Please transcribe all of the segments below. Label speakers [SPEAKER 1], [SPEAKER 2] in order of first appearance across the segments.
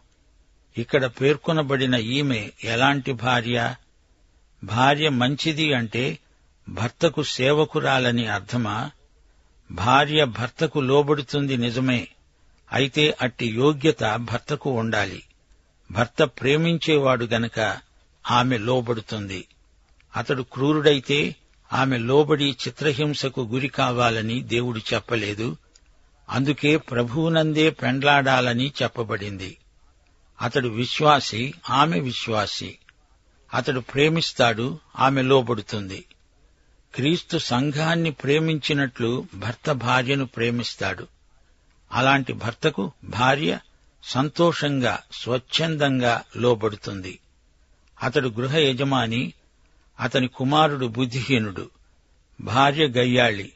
[SPEAKER 1] ఇక్కడ పేర్కొనబడిన ఈమె ఎలాంటి భార్య భార్య మంచిది అంటే భర్తకు సేవకురాలని అర్థమా భార్య భర్తకు లోబడుతుంది నిజమే అయితే అట్టి యోగ్యత భర్తకు ఉండాలి భర్త ప్రేమించేవాడు గనక ఆమె లోబడుతుంది అతడు క్రూరుడైతే ఆమె లోబడి చిత్రహింసకు గురి కావాలని దేవుడు చెప్పలేదు అందుకే ప్రభువునందే పెండ్లాడాలని చెప్పబడింది అతడు విశ్వాసి ఆమె విశ్వాసి అతడు ప్రేమిస్తాడు ఆమె లోబడుతుంది క్రీస్తు సంఘాన్ని ప్రేమించినట్లు భర్త భార్యను ప్రేమిస్తాడు అలాంటి భర్తకు భార్య సంతోషంగా స్వచ్ఛందంగా లోబడుతుంది అతడు గృహ యజమాని అతని కుమారుడు బుద్ధిహీనుడు భార్య గయ్యాళి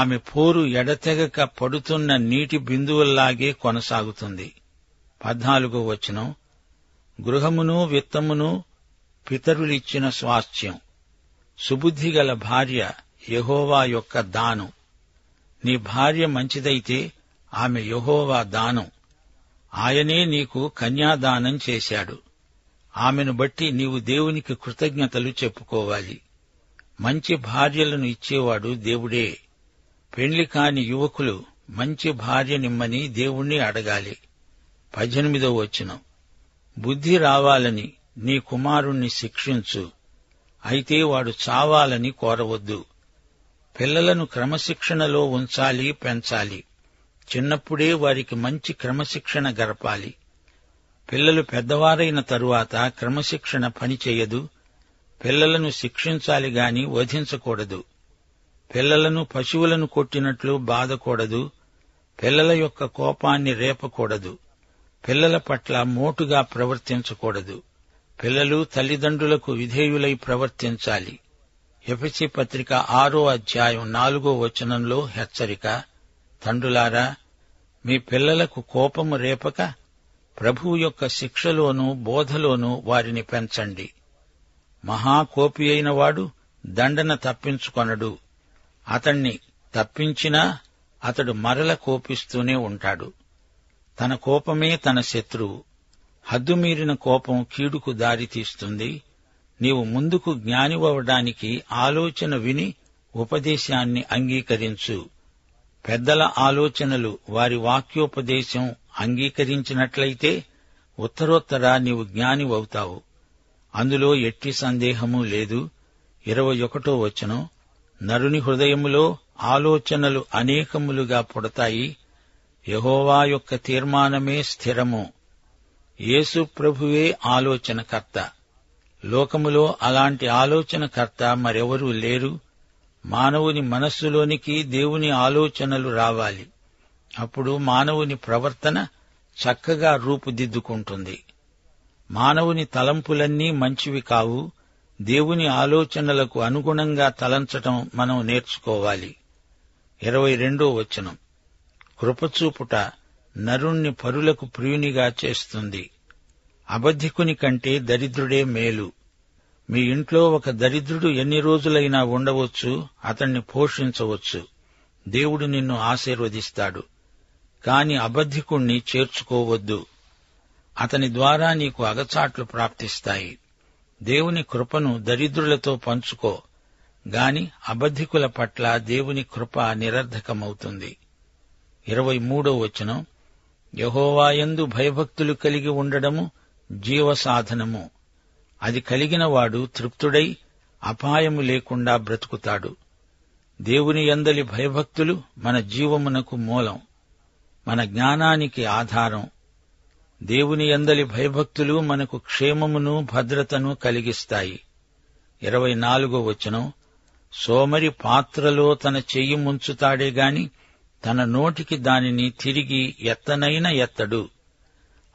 [SPEAKER 1] ఆమె పోరు ఎడతెగక పడుతున్న నీటి బిందువుల్లాగే కొనసాగుతుంది పద్నాలుగో వచనం గృహమును విత్తమును పితరులిచ్చిన స్వాస్థ్యం సుబుద్ధి గల భార్య యహోవా యొక్క దానం నీ భార్య మంచిదైతే ఆమె యహోవా దానం ఆయనే నీకు కన్యాదానం చేశాడు ఆమెను బట్టి నీవు దేవునికి కృతజ్ఞతలు చెప్పుకోవాలి మంచి భార్యలను ఇచ్చేవాడు దేవుడే పెళ్లి కాని యువకులు మంచి భార్యనిమ్మని దేవుణ్ణి అడగాలి పద్దెనిమిదో వచనం బుద్ధి రావాలని నీ కుమారుణ్ణి శిక్షించు అయితే వాడు చావాలని కోరవద్దు పిల్లలను క్రమశిక్షణలో ఉంచాలి పెంచాలి చిన్నప్పుడే వారికి మంచి క్రమశిక్షణ గరపాలి పిల్లలు పెద్దవారైన తరువాత క్రమశిక్షణ పనిచేయదు పిల్లలను శిక్షించాలి గాని వధించకూడదు పిల్లలను పశువులను కొట్టినట్లు బాధకూడదు పిల్లల యొక్క కోపాన్ని రేపకూడదు పిల్లల పట్ల మోటుగా ప్రవర్తించకూడదు పిల్లలు తల్లిదండ్రులకు విధేయులై ప్రవర్తించాలి ఎఫెసి పత్రిక ఆరో అధ్యాయం నాలుగో వచనంలో హెచ్చరిక తండ్రులారా మీ పిల్లలకు కోపము రేపక ప్రభువు యొక్క శిక్షలోనూ బోధలోనూ వారిని పెంచండి మహాకోపి అయిన వాడు దండన తప్పించుకొనడు అతణ్ణి తప్పించినా అతడు మరల కోపిస్తూనే ఉంటాడు తన కోపమే తన శత్రువు హద్దుమీరిన కోపం కీడుకు దారితీస్తుంది నీవు ముందుకు జ్ఞానివవడానికి ఆలోచన విని ఉపదేశాన్ని అంగీకరించు పెద్దల ఆలోచనలు వారి వాక్యోపదేశం అంగీకరించినట్లయితే ఉత్తరోత్తర నీవు జ్ఞానివవుతావు అందులో ఎట్టి సందేహమూ లేదు ఇరవై ఒకటో వచనం నరుని హృదయములో ఆలోచనలు అనేకములుగా పుడతాయి యహోవా యొక్క తీర్మానమే స్థిరము యేసు ప్రభువే ఆలోచనకర్త లోకములో అలాంటి ఆలోచనకర్త మరెవరూ లేరు మానవుని మనస్సులోనికి దేవుని ఆలోచనలు రావాలి అప్పుడు మానవుని ప్రవర్తన చక్కగా రూపుదిద్దుకుంటుంది మానవుని తలంపులన్నీ మంచివి కావు దేవుని ఆలోచనలకు అనుగుణంగా తలంచటం మనం నేర్చుకోవాలి ఇరవై రెండో వచనం కృపచూపుట నరుణ్ణి పరులకు ప్రియునిగా చేస్తుంది అబద్ధికుని కంటే దరిద్రుడే మేలు మీ ఇంట్లో ఒక దరిద్రుడు ఎన్ని రోజులైనా ఉండవచ్చు అతణ్ణి పోషించవచ్చు దేవుడు నిన్ను ఆశీర్వదిస్తాడు కాని అబద్ధికుణ్ణి చేర్చుకోవద్దు అతని ద్వారా నీకు అగచాట్లు ప్రాప్తిస్తాయి దేవుని కృపను దరిద్రులతో పంచుకో గాని అబద్ధికుల పట్ల దేవుని కృప నిరర్ధకమవుతుంది ఇరవై మూడో వచనం యహోవాయందు భయభక్తులు కలిగి ఉండడము జీవసాధనము అది కలిగిన వాడు తృప్తుడై అపాయము లేకుండా బ్రతుకుతాడు దేవుని యందలి భయభక్తులు మన జీవమునకు మూలం మన జ్ఞానానికి ఆధారం దేవుని యందలి భయభక్తులు మనకు క్షేమమును భద్రతను కలిగిస్తాయి ఇరవై నాలుగో వచనం సోమరి పాత్రలో తన చెయ్యి ముంచుతాడే గాని తన నోటికి దానిని తిరిగి ఎత్తనైన ఎత్తడు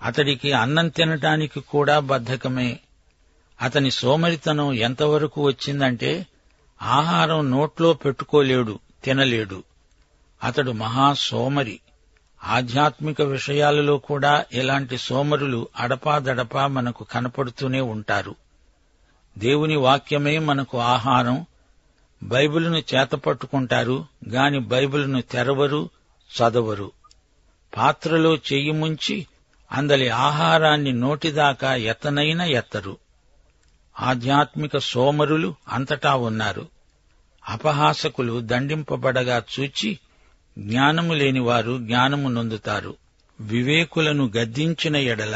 [SPEAKER 1] అతడికి అన్నం తినటానికి కూడా బద్ధకమే అతని సోమరితనం ఎంతవరకు వచ్చిందంటే ఆహారం నోట్లో పెట్టుకోలేడు తినలేడు అతడు మహా సోమరి ఆధ్యాత్మిక విషయాలలో కూడా ఇలాంటి సోమరులు అడపాదడపా మనకు కనపడుతూనే ఉంటారు దేవుని వాక్యమే మనకు ఆహారం బైబిలును చేతపట్టుకుంటారు గాని బైబిలును తెరవరు చదవరు పాత్రలో చెయ్యి ముంచి అందలి ఆహారాన్ని నోటిదాకా ఎతనైనా ఎత్తరు ఆధ్యాత్మిక సోమరులు అంతటా ఉన్నారు అపహాసకులు దండింపబడగా చూచి జ్ఞానము లేనివారు జ్ఞానము నొందుతారు వివేకులను గద్దించిన ఎడల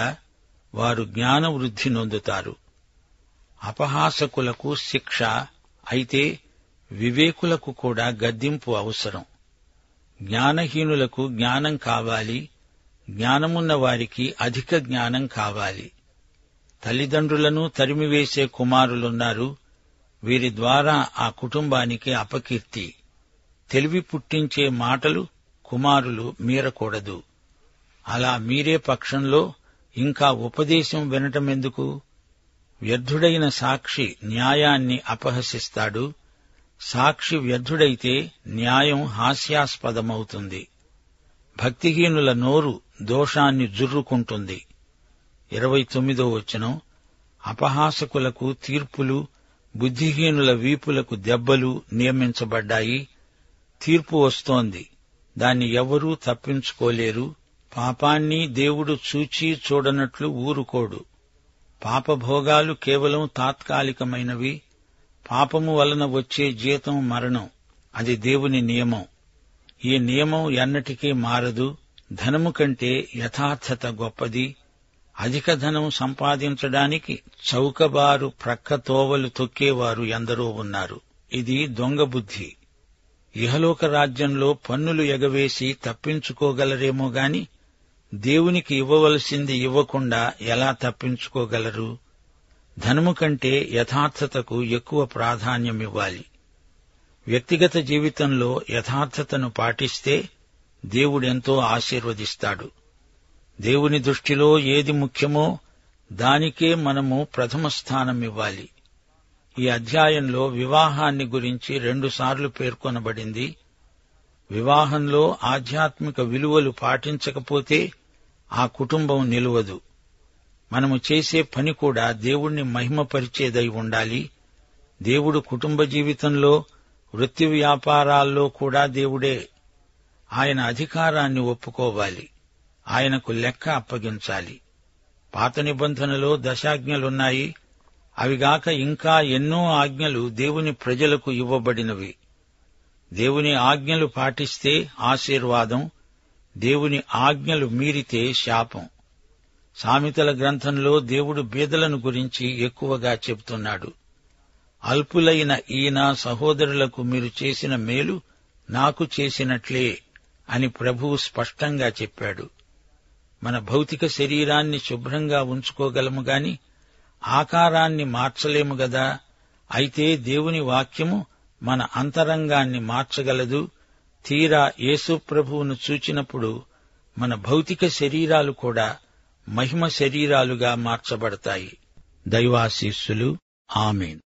[SPEAKER 1] వారు జ్ఞానవృద్ధి నొందుతారు అపహాసకులకు శిక్ష అయితే వివేకులకు కూడా గద్దింపు అవసరం జ్ఞానహీనులకు జ్ఞానం కావాలి జ్ఞానమున్న వారికి అధిక జ్ఞానం కావాలి తల్లిదండ్రులను తరిమివేసే కుమారులున్నారు వీరి ద్వారా ఆ కుటుంబానికి అపకీర్తి తెలివి పుట్టించే మాటలు కుమారులు మీరకూడదు అలా మీరే పక్షంలో ఇంకా ఉపదేశం వినటమెందుకు వ్యర్థుడైన సాక్షి న్యాయాన్ని అపహసిస్తాడు సాక్షి వ్యర్థుడైతే న్యాయం హాస్యాస్పదమవుతుంది భక్తిహీనుల నోరు దోషాన్ని జుర్రుకుంటుంది ఇరవై తొమ్మిదో వచనం అపహాసకులకు తీర్పులు బుద్ధిహీనుల వీపులకు దెబ్బలు నియమించబడ్డాయి తీర్పు వస్తోంది దాన్ని ఎవరూ తప్పించుకోలేరు పాపాన్ని దేవుడు చూచి చూడనట్లు ఊరుకోడు పాపభోగాలు కేవలం తాత్కాలికమైనవి పాపము వలన వచ్చే జీతం మరణం అది దేవుని నియమం ఈ నియమం ఎన్నటికీ మారదు ధనము కంటే యథార్థత గొప్పది అధిక ధనం సంపాదించడానికి చౌకబారు ప్రక్క తోవలు తొక్కేవారు ఎందరో ఉన్నారు ఇది దొంగ బుద్ధి ఇహలోక రాజ్యంలో పన్నులు ఎగవేసి తప్పించుకోగలరేమో గాని దేవునికి ఇవ్వవలసింది ఇవ్వకుండా ఎలా తప్పించుకోగలరు ధనము కంటే యథార్థతకు ఎక్కువ ప్రాధాన్యమివ్వాలి వ్యక్తిగత జీవితంలో యథార్థతను పాటిస్తే దేవుడెంతో ఆశీర్వదిస్తాడు దేవుని దృష్టిలో ఏది ముఖ్యమో దానికే మనము ప్రథమ స్థానం ఇవ్వాలి ఈ అధ్యాయంలో వివాహాన్ని గురించి రెండుసార్లు పేర్కొనబడింది వివాహంలో ఆధ్యాత్మిక విలువలు పాటించకపోతే ఆ కుటుంబం నిలవదు మనము చేసే పని కూడా దేవుణ్ణి మహిమపరిచేదై ఉండాలి దేవుడు కుటుంబ జీవితంలో వృత్తి వ్యాపారాల్లో కూడా దేవుడే ఆయన అధికారాన్ని ఒప్పుకోవాలి ఆయనకు లెక్క అప్పగించాలి పాత నిబంధనలో దశాజ్ఞలున్నాయి అవిగాక ఇంకా ఎన్నో ఆజ్ఞలు దేవుని ప్రజలకు ఇవ్వబడినవి దేవుని ఆజ్ఞలు పాటిస్తే ఆశీర్వాదం దేవుని ఆజ్ఞలు మీరితే శాపం సామెతల గ్రంథంలో దేవుడు బీదలను గురించి ఎక్కువగా చెబుతున్నాడు అల్పులైన ఈయన సహోదరులకు మీరు చేసిన మేలు నాకు చేసినట్లే అని ప్రభువు స్పష్టంగా చెప్పాడు మన భౌతిక శరీరాన్ని శుభ్రంగా ఉంచుకోగలము గాని ఆకారాన్ని మార్చలేము గదా అయితే దేవుని వాక్యము మన అంతరంగాన్ని మార్చగలదు తీరా యేసు ప్రభువును చూచినప్పుడు మన భౌతిక శరీరాలు కూడా మహిమ శరీరాలుగా మార్చబడతాయి దైవాశీస్సులు ఆమెన్